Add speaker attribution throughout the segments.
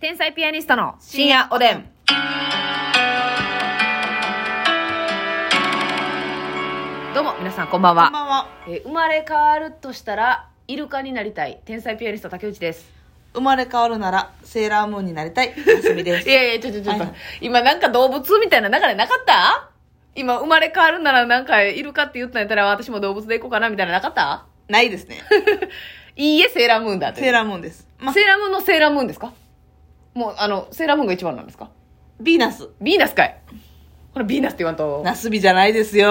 Speaker 1: 天才ピアニストの深夜おでん。どうも、皆さん、こんばん
Speaker 2: こん
Speaker 1: は。
Speaker 2: ばんは。
Speaker 1: えー生まれ変わるとしたら、イルカになりたい。天才ピアニスト、竹内です。
Speaker 2: 生まれ変わるなら、セーラームーンになりたい。マスミで
Speaker 1: い
Speaker 2: す。
Speaker 1: やいや、ちょちょちょ、
Speaker 2: はいはい
Speaker 1: 今なんか動物みたいな流れなかった今、生まれ変わるならなんかイルカって言ったんやったら、私も動物で行こうかな、みたい ななかった
Speaker 2: ないですね。
Speaker 1: いいえ、セーラームーンだって。
Speaker 2: セーラームーンです。ま、
Speaker 1: セーラームーンのセーラームーンですかもう、あの、セーラームーンが一番なんですか
Speaker 2: ビーナス。
Speaker 1: ビーナスかい。ほら、ビーナスって言わんと。
Speaker 2: ナスビじゃないですよ。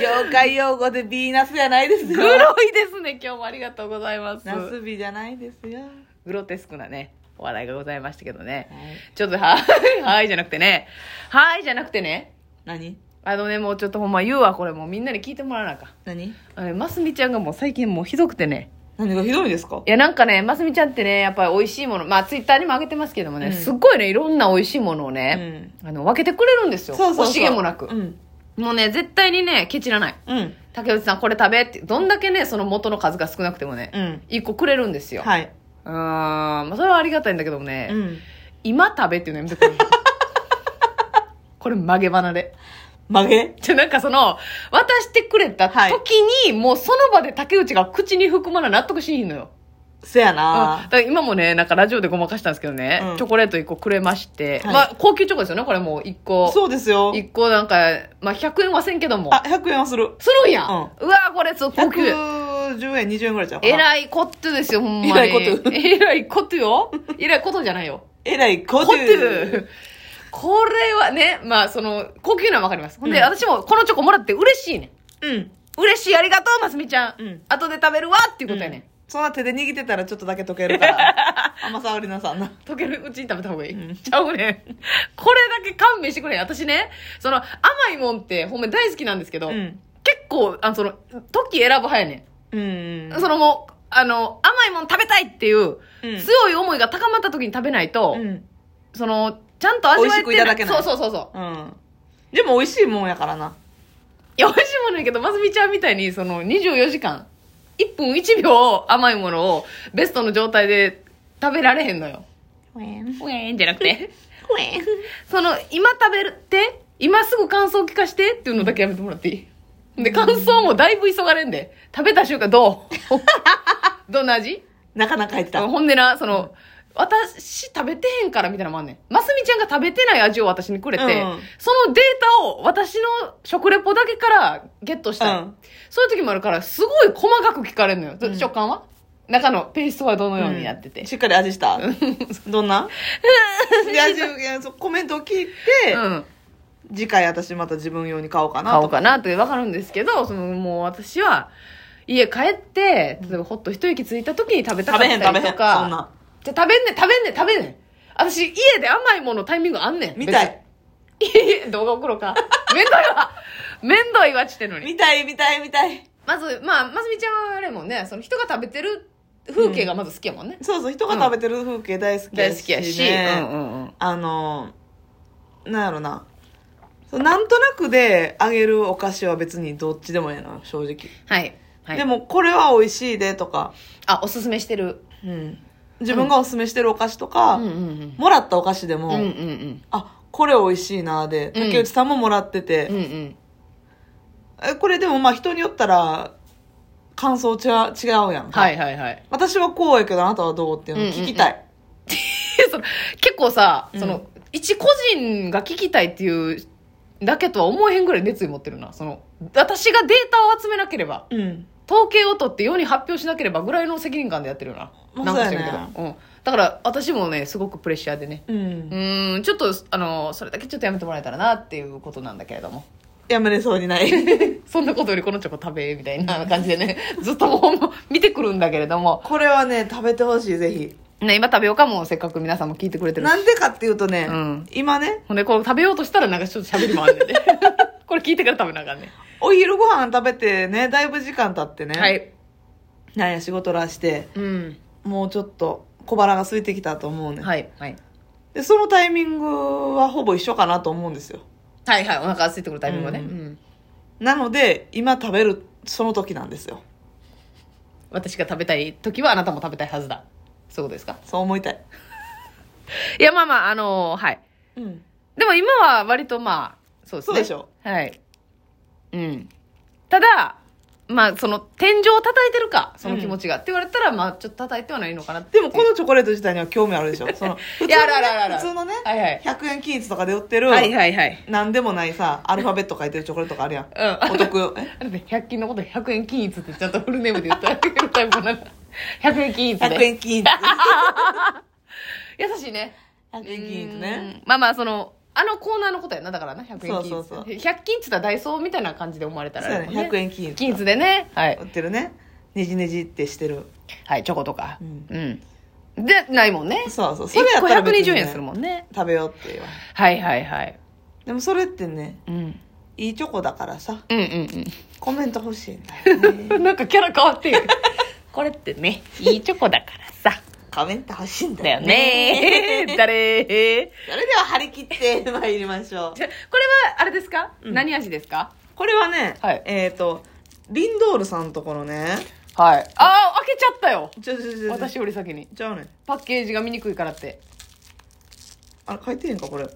Speaker 2: 業界用語でビーナスじゃないです
Speaker 1: グ
Speaker 2: よ。
Speaker 1: ロいですね。今日もありがとうございます。
Speaker 2: ナスビじゃないですよ。
Speaker 1: グロテスクなね、お笑いがございましたけどね。
Speaker 2: はい
Speaker 1: ちょっと、はい、 はいじゃなくてね。はいじゃなくてね。
Speaker 2: 何
Speaker 1: あのね、もうちょっとほんま言うわ、これもうみんなに聞いてもらわなあかん。
Speaker 2: 何
Speaker 1: あれ、ますみちゃんがもう最近もうひどくてね。
Speaker 2: 何がひどいですか
Speaker 1: いや、なんかね、ますみちゃんってね、やっぱり美味しいもの、まあ、ツイッターにも上げてますけどもね、
Speaker 2: うん
Speaker 1: すっごいね、いろんな美味しいものをね、あの、分けてくれるんですよ。惜しげもなく
Speaker 2: う。ん。
Speaker 1: もうね、絶対にね、ケチらない。
Speaker 2: うん。
Speaker 1: 竹内さんこれ食べって、どんだけね、その元の数が少なくてもね、
Speaker 2: うん。
Speaker 1: 一個くれるんですよ。
Speaker 2: はい。
Speaker 1: うーん、まあ、それはありがたいんだけどもね、
Speaker 2: うん。
Speaker 1: 今食べっていうの やめてくれるこれ曲げ離れ。
Speaker 2: 曲げ
Speaker 1: じゃ、なんかその、渡してくれた時に、もうその場で竹内が口に含まな納得しひんのよ。
Speaker 2: せや
Speaker 1: あだ
Speaker 2: な
Speaker 1: から今もね、なんかラジオでごまかしたんですけどね、
Speaker 2: うん
Speaker 1: チョコレート1個くれまして、
Speaker 2: はい
Speaker 1: まあ高級チョコですよね、これもう1個。
Speaker 2: そうですよ。
Speaker 1: 1個なんか、まあ100円はせんけども。
Speaker 2: あ、100円はする。
Speaker 1: するんや、
Speaker 2: う
Speaker 1: う
Speaker 2: ん
Speaker 1: わこれそう高級。
Speaker 2: 110円、20円ぐらいちゃうか
Speaker 1: え
Speaker 2: な。
Speaker 1: らいこっとですよ、ほんまに。
Speaker 2: えらいこと
Speaker 1: えらいことよ。えらいことじゃないよ。
Speaker 2: えらい、コ
Speaker 1: こっ
Speaker 2: ト
Speaker 1: と
Speaker 2: ゥー。
Speaker 1: これはね、まあその、高級なのはわかります。ほんで、
Speaker 2: うん
Speaker 1: 私もこのチョコもらって嬉しいねん。
Speaker 2: うん。
Speaker 1: 嬉しい、ありがとう、ますみちゃん。
Speaker 2: うん
Speaker 1: 後で食べるわっていうことやね、
Speaker 2: そんな手で握ってたらちょっとだけ溶ける から。甘さおりなさんな。
Speaker 1: 溶けるうちに食べた方がいい。
Speaker 2: うん
Speaker 1: ちゃうねん。これだけ勘弁してくれ。私ね、その甘いもんってほんまに大好きなんですけど、
Speaker 2: うん。
Speaker 1: 結構、あの、その、時選ぶ派やね
Speaker 2: うん
Speaker 1: ん。。そのもう、あの、甘いもん食べたいっていう、
Speaker 2: うん
Speaker 1: 強い思いが高まった時に食べないと、
Speaker 2: うん。
Speaker 1: その、ちゃんと味わえて
Speaker 2: 美味しくいただけない
Speaker 1: そうそうそうそう。
Speaker 2: うん。でも美味しいもんやからな。
Speaker 1: いや、美味しいものやけど、ますみちゃんみたいに、その、24時間、1分1秒甘いものをベストの状態で食べられへんのよ。
Speaker 2: ほえん。
Speaker 1: ウェーンじゃなくて。
Speaker 2: ほえん。
Speaker 1: その、今食べるって、今すぐ感想聞かしてっていうのだけやめてもらっていいで、感想もだいぶ急がれんで。食べた瞬間どう どんな味
Speaker 2: なかなか入ってた。
Speaker 1: ほんでな、その、私食べてへんからみたいなのもあんねん。ますみちゃんが食べてない味を私にくれて、
Speaker 2: うん
Speaker 1: そのデータを私の食レポだけからゲットしたい、
Speaker 2: うん
Speaker 1: そういう時もあるから、すごい細かく聞かれるのよ。
Speaker 2: うん
Speaker 1: 食感は中のペーストはどのようになってて。
Speaker 2: しっかり味した。どんなで味いやそうコメントを聞いて、
Speaker 1: うん
Speaker 2: 次回私また自分用に買おうかな
Speaker 1: 買おう
Speaker 2: と。
Speaker 1: かなって分かるんですけど、そのもう私は、家帰って、例えばほっと一息ついた時に食べたか
Speaker 2: 食
Speaker 1: った
Speaker 2: べへん
Speaker 1: り
Speaker 2: 食べへん。そ
Speaker 1: と
Speaker 2: ん
Speaker 1: か。
Speaker 2: な。
Speaker 1: じゃあ食べんねん、食べんねん、食べんねん。私、家で甘いものタイミングあんねん。
Speaker 2: 見たい。
Speaker 1: 別に。いやいや 動画送ろうか。めんどいわ。めんどいわ、ちってんのに。
Speaker 2: 見たい見たい見たい。
Speaker 1: まず、まあ、ますみちゃんはあれもね、その人が食べてる風景がまず好きやもんね。
Speaker 2: そうそう、人が食べてる風景大好き
Speaker 1: 大
Speaker 2: やし、ね。
Speaker 1: 好きやし。うんうんうん。
Speaker 2: あの、なんやろな。そうなんとなくであげるお菓子は別にどっちでもええな、正直。
Speaker 1: はい。はい、
Speaker 2: でも、これは美味しいでとか、
Speaker 1: あ、おすすめしてる。
Speaker 2: うん自分がおすすめしてるお菓子とか、
Speaker 1: うんうん
Speaker 2: もらったお菓子でも、
Speaker 1: うん。うんうん
Speaker 2: あ、これ美味しいなで、竹内さんももらってて、
Speaker 1: うん。うんうん。
Speaker 2: えこれでもまあ人によったら、感想ちゃ違うやんか
Speaker 1: はいはいはい。
Speaker 2: 私はこうやけどあなたはどうっていうのを聞きたい。
Speaker 1: その結構さ、
Speaker 2: うん
Speaker 1: その一個人が聞きたいっていうだけとは思えへんぐらい熱意持ってるなその私がデータを集めなければ
Speaker 2: うん。
Speaker 1: 統計を取って世に発表しなければぐらいの責任感でやってるよな、
Speaker 2: まあ
Speaker 1: なんか
Speaker 2: そうやね
Speaker 1: 知らんけど、うん、だから私もねすごくプレッシャーでね
Speaker 2: うん。
Speaker 1: うーんちょっとあのそれだけちょっとやめてもらえたらなっていうことなんだけれども
Speaker 2: やめれそうにない。
Speaker 1: そんなことよりこのチョコ食べみたいな感じでね ずっともう見てくるんだけれども、
Speaker 2: これはね、食べてほしい、ぜひ。
Speaker 1: ね、今食べようかもうせっかく皆さんも聞いてくれてるし
Speaker 2: なんでかっていうとね、
Speaker 1: うん
Speaker 2: 今ね、
Speaker 1: ほんで、こう食べようとしたらなんかちょっと喋りもあんねん で。これ聞いてから食べなあかんね
Speaker 2: お昼ご飯食べてね、だいぶ時間経ってね、
Speaker 1: ん。はい。
Speaker 2: なんや仕事らして、
Speaker 1: うん。
Speaker 2: もうちょっと小腹が空いてきたと思うねん。
Speaker 1: はい。はい。
Speaker 2: で、そのタイミングはほぼ一緒かなと思うんですよ。
Speaker 1: はいはい。お腹が空いてくるタイミングはね。う
Speaker 2: うん
Speaker 1: ん。
Speaker 2: なので、今食べるその時なんですよ。
Speaker 1: 私が食べたい時はあなたも食べたいはずだ。そういうことですか
Speaker 2: そう思いたい。
Speaker 1: いや、まあまあ、あのーはい。
Speaker 2: うん。
Speaker 1: でも今は割とまあ、そうです
Speaker 2: そう
Speaker 1: ね。
Speaker 2: でしょ
Speaker 1: はい。うん。ただ、まあ、その、天井を叩いてるか、その気持ちが。って言われたら、まあ、ちょっと叩いてはないのかなって
Speaker 2: でもこのチョコレート自体には興味あるでしょその、普通の
Speaker 1: いやあるあるあるあ
Speaker 2: ね
Speaker 1: る
Speaker 2: 普通のね、
Speaker 1: はいはい
Speaker 2: 100円均一とかで売ってる、
Speaker 1: はいはいはい。
Speaker 2: なんでもないさ、アルファベット書いてるチョコレートがあるやん。
Speaker 1: うん
Speaker 2: お得。 え
Speaker 1: あれで100均のこと100円均一ってちゃんとフルネームで言ったら言うタイプな の。100円均一
Speaker 2: 100
Speaker 1: で。
Speaker 2: 円均一。
Speaker 1: 優しいね。
Speaker 2: 100円均一ね。
Speaker 1: うん。まあまあ、その、あのコーナーのことやな、だからな、100円均一。
Speaker 2: そうそうそう
Speaker 1: 100均って言ったらダイソーみたいな感じで思われたら
Speaker 2: そうや
Speaker 1: あ
Speaker 2: ね
Speaker 1: れ。だもん
Speaker 2: 100円均一。
Speaker 1: 均一でね。はい
Speaker 2: 売。ってるね。ねじねじってしてる。
Speaker 1: はい、チョコとか。
Speaker 2: うん
Speaker 1: うん。で、ないもんね。
Speaker 2: そうそう。それや
Speaker 1: 1
Speaker 2: っ
Speaker 1: 個
Speaker 2: たら別にね、
Speaker 1: 120円するもんね。
Speaker 2: 食べようって言わへん
Speaker 1: はいはいはい。
Speaker 2: でもそれってね、
Speaker 1: うん。
Speaker 2: いいチョコだからさ、
Speaker 1: うんうん
Speaker 2: コメント欲しいんだ よね。
Speaker 1: うん。なんかキャラ変わってる。これってね、いいチョコだからさ。
Speaker 2: コメント欲しいんだ
Speaker 1: だ
Speaker 2: よ
Speaker 1: よね
Speaker 2: ね。。
Speaker 1: 誰
Speaker 2: それでは張り切って参りましょう。
Speaker 1: じゃこれはあれですか、
Speaker 2: うん
Speaker 1: 何味ですか
Speaker 2: これはね、
Speaker 1: はい
Speaker 2: えっ、と、リンドールさんとこのね、
Speaker 1: はい。ああ、開けちゃったよ。
Speaker 2: ちょちょちょちょ、
Speaker 1: 私より先に。
Speaker 2: ちゃうねん。
Speaker 1: パッケージが見にくいからって。
Speaker 2: あれ書いてへんか、これ。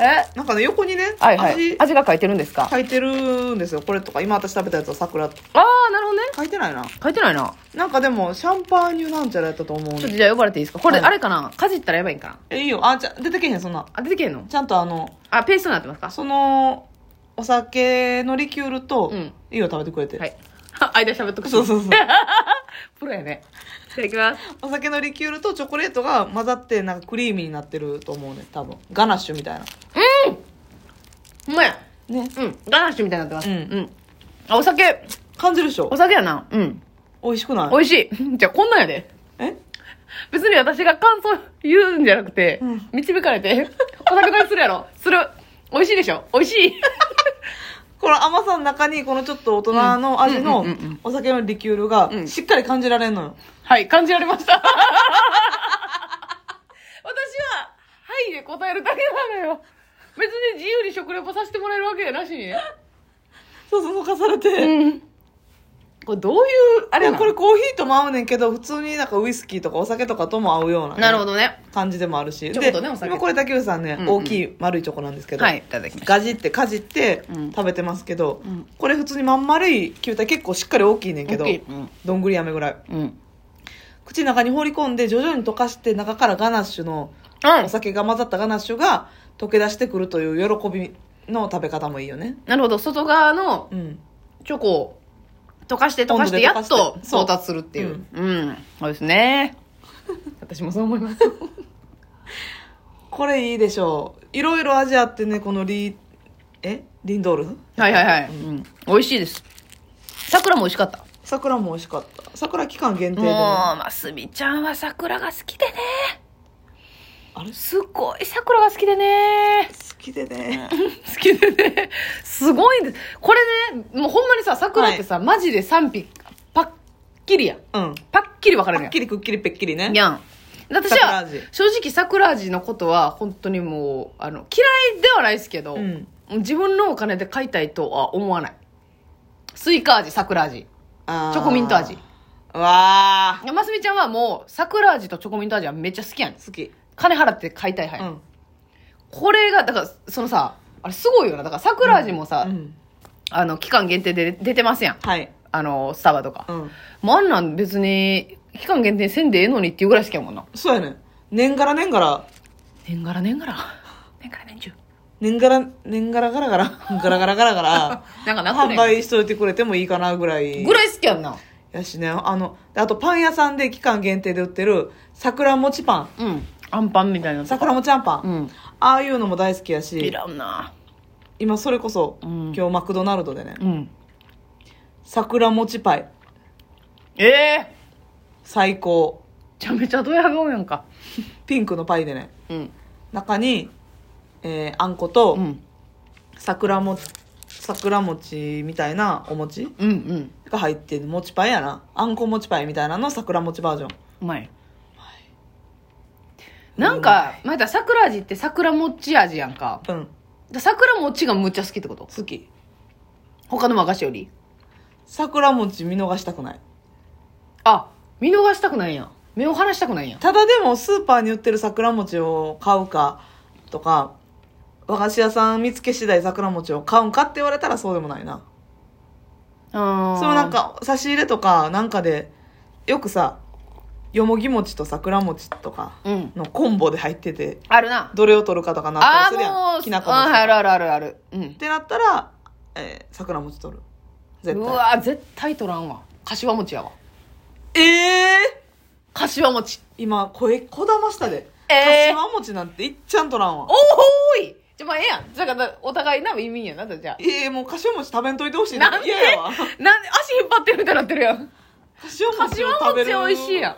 Speaker 1: え
Speaker 2: なんかね、横にね、
Speaker 1: はいはい。
Speaker 2: 味
Speaker 1: 味が書いてるんですか
Speaker 2: 書いてるんですよ。これとか、今私食べたやつは桜とか。
Speaker 1: ああ、なるほどね。
Speaker 2: 書いてないな。
Speaker 1: 書いてないな。
Speaker 2: なんかでも、シャンパーニュなんちゃらやったと思うねん
Speaker 1: ちょっとじゃあ呼ばれていいですかこれ、
Speaker 2: はい
Speaker 1: あれかなかじったらやばいんかな
Speaker 2: え、いいよ。あ、じゃ、出てけへん、そんな。
Speaker 1: あ、出てけへんの
Speaker 2: ちゃんとあの、
Speaker 1: あ、ペーストになってますか
Speaker 2: その、お酒のリキュールと、
Speaker 1: うん
Speaker 2: いいよ、食べてくれて。
Speaker 1: はい。 間喋っとくし
Speaker 2: そうそうそう。
Speaker 1: プロやね。いただきます。
Speaker 2: お酒のリキュールとチョコレートが混ざって、なんかクリーミーになってると思うねん多分。ガナッシュみたいな。
Speaker 1: うまい。
Speaker 2: ね。
Speaker 1: うん。ガナッシュみたいになってます。
Speaker 2: うん
Speaker 1: うん。あ、お酒、
Speaker 2: 感じるでしょ
Speaker 1: お酒やな。うん。
Speaker 2: 美味しくない
Speaker 1: 美味しい。じ ゃあ、こんなんやで。
Speaker 2: え
Speaker 1: 別に私が感想言うんじゃなくて、
Speaker 2: うん
Speaker 1: 導かれて、 お酒飲みするやろ。する。美味しいでしょ美味しい。
Speaker 2: この甘さの中にこのちょっと大人の味の
Speaker 1: うんうんうんうん
Speaker 2: お酒のリキュールが
Speaker 1: うん
Speaker 2: しっかり感じられんのよ、
Speaker 1: はい、感じられました。 私は、はいで答えるだけなのよ。別に自由に食レポさせてもらえるわけやなしにね。
Speaker 2: そうそうそうかされて、い
Speaker 1: うん。これどういう、あれ
Speaker 2: や
Speaker 1: な
Speaker 2: これコーヒーとも合うねんけど普通になんかウイスキーとかお酒とかとも合うような,、
Speaker 1: なるほどね。
Speaker 2: 感じでもあるし
Speaker 1: ちょっとね
Speaker 2: で
Speaker 1: お酒
Speaker 2: 今これ竹内さんね、
Speaker 1: うんうん
Speaker 2: 大きい丸いチョコなんですけど、
Speaker 1: はい、いただきます。
Speaker 2: ガジってかじって
Speaker 1: うん
Speaker 2: 食べてますけど、
Speaker 1: うん
Speaker 2: これ普通にまん丸い球体結構しっかり大きいねんけど
Speaker 1: 大きいうん
Speaker 2: どんぐり飴ぐらい
Speaker 1: うん。うん。
Speaker 2: 口の中に放り込んで徐々に溶かして中からガナッシュのお酒が混ざったガナッシュが溶け出してくるという喜びの食べ方もいいよね。
Speaker 1: なるほど、外側の
Speaker 2: うん。
Speaker 1: チョコを溶かして溶かして、
Speaker 2: 温度で溶
Speaker 1: や
Speaker 2: か
Speaker 1: っ
Speaker 2: して
Speaker 1: と
Speaker 2: そう
Speaker 1: 到達するっていう。うん。そうですね。 私もそう思います。
Speaker 2: これいいでしょう。いろいろ味あってね、このリ、えリンドール
Speaker 1: はいはいはい。うん。美味しいです。桜も美味しかった。
Speaker 2: 桜も美味しかった。桜期間限定
Speaker 1: もう、
Speaker 2: でね、あ
Speaker 1: ますみちゃんは桜が好きでね。
Speaker 2: れ好
Speaker 1: すごい桜が好きでね。
Speaker 2: きでね。
Speaker 1: 好きでね。すごいんです。これね、もうほんまにさ、桜ってさ、マジで賛否、パッキリやん。
Speaker 2: うん。
Speaker 1: パッキリ分かれる
Speaker 2: はっ
Speaker 1: やん
Speaker 2: き。りくっきりぺっきりね。
Speaker 1: にゃん。私
Speaker 2: 桜
Speaker 1: は
Speaker 2: 味、
Speaker 1: 正直桜味のことは、本当にもう、あの、嫌いではないですけど、
Speaker 2: うん
Speaker 1: 自分のお金で買いたいとは思わない。スイカ味、桜味。
Speaker 2: あー
Speaker 1: チョコミント味。
Speaker 2: うわ
Speaker 1: ますみちゃんはもう、桜味とチョコミント味はめっちゃ好きやん。
Speaker 2: ー。好き。
Speaker 1: 金払って買いたい派や
Speaker 2: う
Speaker 1: ん。
Speaker 2: ん。
Speaker 1: これが、だから、そのさ、あれすごいよな。だから桜味もさ、
Speaker 2: うん。
Speaker 1: あの、期間限定で出てますやん。
Speaker 2: はい。
Speaker 1: あの、スタバとか。
Speaker 2: うん。
Speaker 1: もうあんなん別に、期間限定せんでええのにっていうぐらい好きやもんな。
Speaker 2: そうやね。年がら年がら、
Speaker 1: 年がら年がら。 年がら年中。
Speaker 2: 年がら、年がらがらがら、 がらがらがらがら、
Speaker 1: なん かなく
Speaker 2: 販
Speaker 1: ない
Speaker 2: 売しといてくれてもいいかなぐらい。
Speaker 1: ぐらい好きやんな。
Speaker 2: やしね、あの、あとパン屋さんで期間限定で売ってる桜餅パン、
Speaker 1: うん。アンパンみたいな。
Speaker 2: 桜餅あんパン、
Speaker 1: うん。
Speaker 2: ああいうのも大好きや
Speaker 1: い
Speaker 2: し、
Speaker 1: らんな。
Speaker 2: 今それこそ、
Speaker 1: うん
Speaker 2: 今日マクドナルドでね、
Speaker 1: うん。
Speaker 2: 桜餅パイ、
Speaker 1: ええ
Speaker 2: 最高。
Speaker 1: めちゃめちゃドヤ顔やんか。
Speaker 2: ピンクのパイでね、
Speaker 1: うん。
Speaker 2: 中に、えー、あんこと、
Speaker 1: うん。
Speaker 2: 桜餅、桜餅みたいなお餅
Speaker 1: うんうん。
Speaker 2: が入ってる餅パイやな。あんこ餅パイみたいなの桜餅バージョン。
Speaker 1: うまい。なんか、まだ桜味って桜餅味やんか。
Speaker 2: うん、
Speaker 1: 桜餅がむっちゃ好きってこと
Speaker 2: 好き。
Speaker 1: 他の和菓子より。
Speaker 2: 桜餅見逃したくない。
Speaker 1: あ、見逃したくないやん。目を離したくないんや
Speaker 2: ただでもスーパーに売ってる桜餅を買うかとか和菓子屋さん見つけ次第桜餅を買うんかって言われたらそうでもないな
Speaker 1: あ
Speaker 2: そうなんか差し入れとかなんかでよくさよもぎ餅と桜餅とか
Speaker 1: うん
Speaker 2: のコンボで入ってて
Speaker 1: あるな
Speaker 2: どれを取るかとかなっ
Speaker 1: あ
Speaker 2: たりす
Speaker 1: あ
Speaker 2: るや
Speaker 1: も
Speaker 2: ん
Speaker 1: う
Speaker 2: きなこ
Speaker 1: あ
Speaker 2: 餅
Speaker 1: ーあるあるあるあるうん
Speaker 2: ってなったら、えー桜餅取る絶
Speaker 1: う
Speaker 2: 対
Speaker 1: わ絶対取らんわ柏餅やわ
Speaker 2: ええ
Speaker 1: 柏餅
Speaker 2: 今声こだましたで、
Speaker 1: えー
Speaker 2: 柏餅なんていっちゃん取らんわ
Speaker 1: おーいじゃあまあええやんだからお互いな意味やなじゃあ
Speaker 2: ええもう柏餅食べんといてほしい
Speaker 1: なんで
Speaker 2: 嫌やわ
Speaker 1: なんで足引っ張ってるみたいになってるやん
Speaker 2: 柏餅を
Speaker 1: 柏
Speaker 2: 食べ
Speaker 1: 餅
Speaker 2: る
Speaker 1: 美味しいや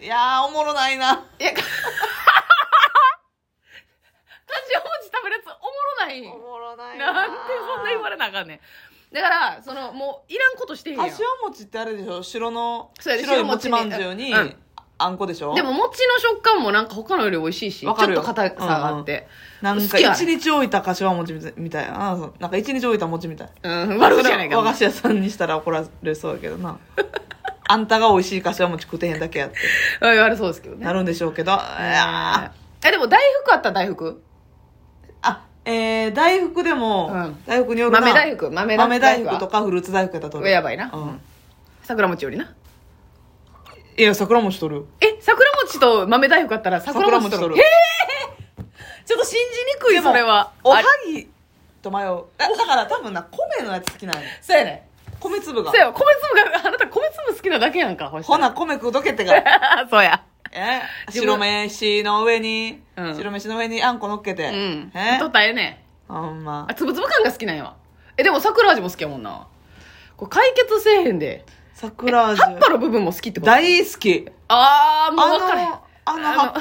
Speaker 1: ん
Speaker 2: んいやーおもろないな い
Speaker 1: や、か柏餅食べるやつおもろない。
Speaker 2: もろな
Speaker 1: なんでそんな言われなあかんねん。だから、その、もう、いらんことしてへんやん。
Speaker 2: 柏餅ってあれでしょ白の
Speaker 1: そうやで
Speaker 2: 白い
Speaker 1: 白餅
Speaker 2: 餅
Speaker 1: に
Speaker 2: まんじゅうに、
Speaker 1: うん
Speaker 2: あんこでしょ
Speaker 1: でも、餅の食感もなんか他のより美味しいし、ちょ
Speaker 2: わ
Speaker 1: っ
Speaker 2: かるよ
Speaker 1: と硬さがあって。
Speaker 2: なん
Speaker 1: 好
Speaker 2: か
Speaker 1: きや
Speaker 2: 一日置いた柏餅みたいみたいなあそうなんか一日置いた餅みたい
Speaker 1: うん、悪口じゃない
Speaker 2: それは和
Speaker 1: か
Speaker 2: 菓。子屋さんにしたら怒られそうやけ どなあんたが美味しい柏餅食ってへんだけやって
Speaker 1: うん悪そうですけどね。
Speaker 2: なるんでしょうけどいやー
Speaker 1: え、でも大福あった大福
Speaker 2: あえー、大福でも、
Speaker 1: うん
Speaker 2: 大福によるな
Speaker 1: 豆大福豆
Speaker 2: 豆大福と
Speaker 1: か。
Speaker 2: かフルーツ大福やったら取る
Speaker 1: やばいな
Speaker 2: うん、
Speaker 1: 桜餅よりな。
Speaker 2: いや桜餅取るよ
Speaker 1: え、桜餅と豆大福あったら桜餅と
Speaker 2: 桜
Speaker 1: る。
Speaker 2: 餅取る
Speaker 1: えーちょっと信じにくい、それは。
Speaker 2: おは
Speaker 1: あれ
Speaker 2: ぎと迷うだだから多分な米のやつ好きなんや
Speaker 1: そうやね。
Speaker 2: 米粒が
Speaker 1: そうや、米粒が、あなた米粒好きなだけやんか、ほ
Speaker 2: ほな米食うとけってから
Speaker 1: そうや。
Speaker 2: え
Speaker 1: 自分
Speaker 2: 白飯の上に、
Speaker 1: うん
Speaker 2: 白飯の上にあんこ乗っけて、
Speaker 1: うん。
Speaker 2: え
Speaker 1: とったらええね
Speaker 2: ほんま
Speaker 1: あ、つぶつぶ感が好きなんやわ。え、でも桜味も好きやもんな。これ解決せえへんで。
Speaker 2: 桜味
Speaker 1: 葉っぱの部分も好きってこと
Speaker 2: 大好き
Speaker 1: あー、もう分かれへん
Speaker 2: あのあの葉っぱ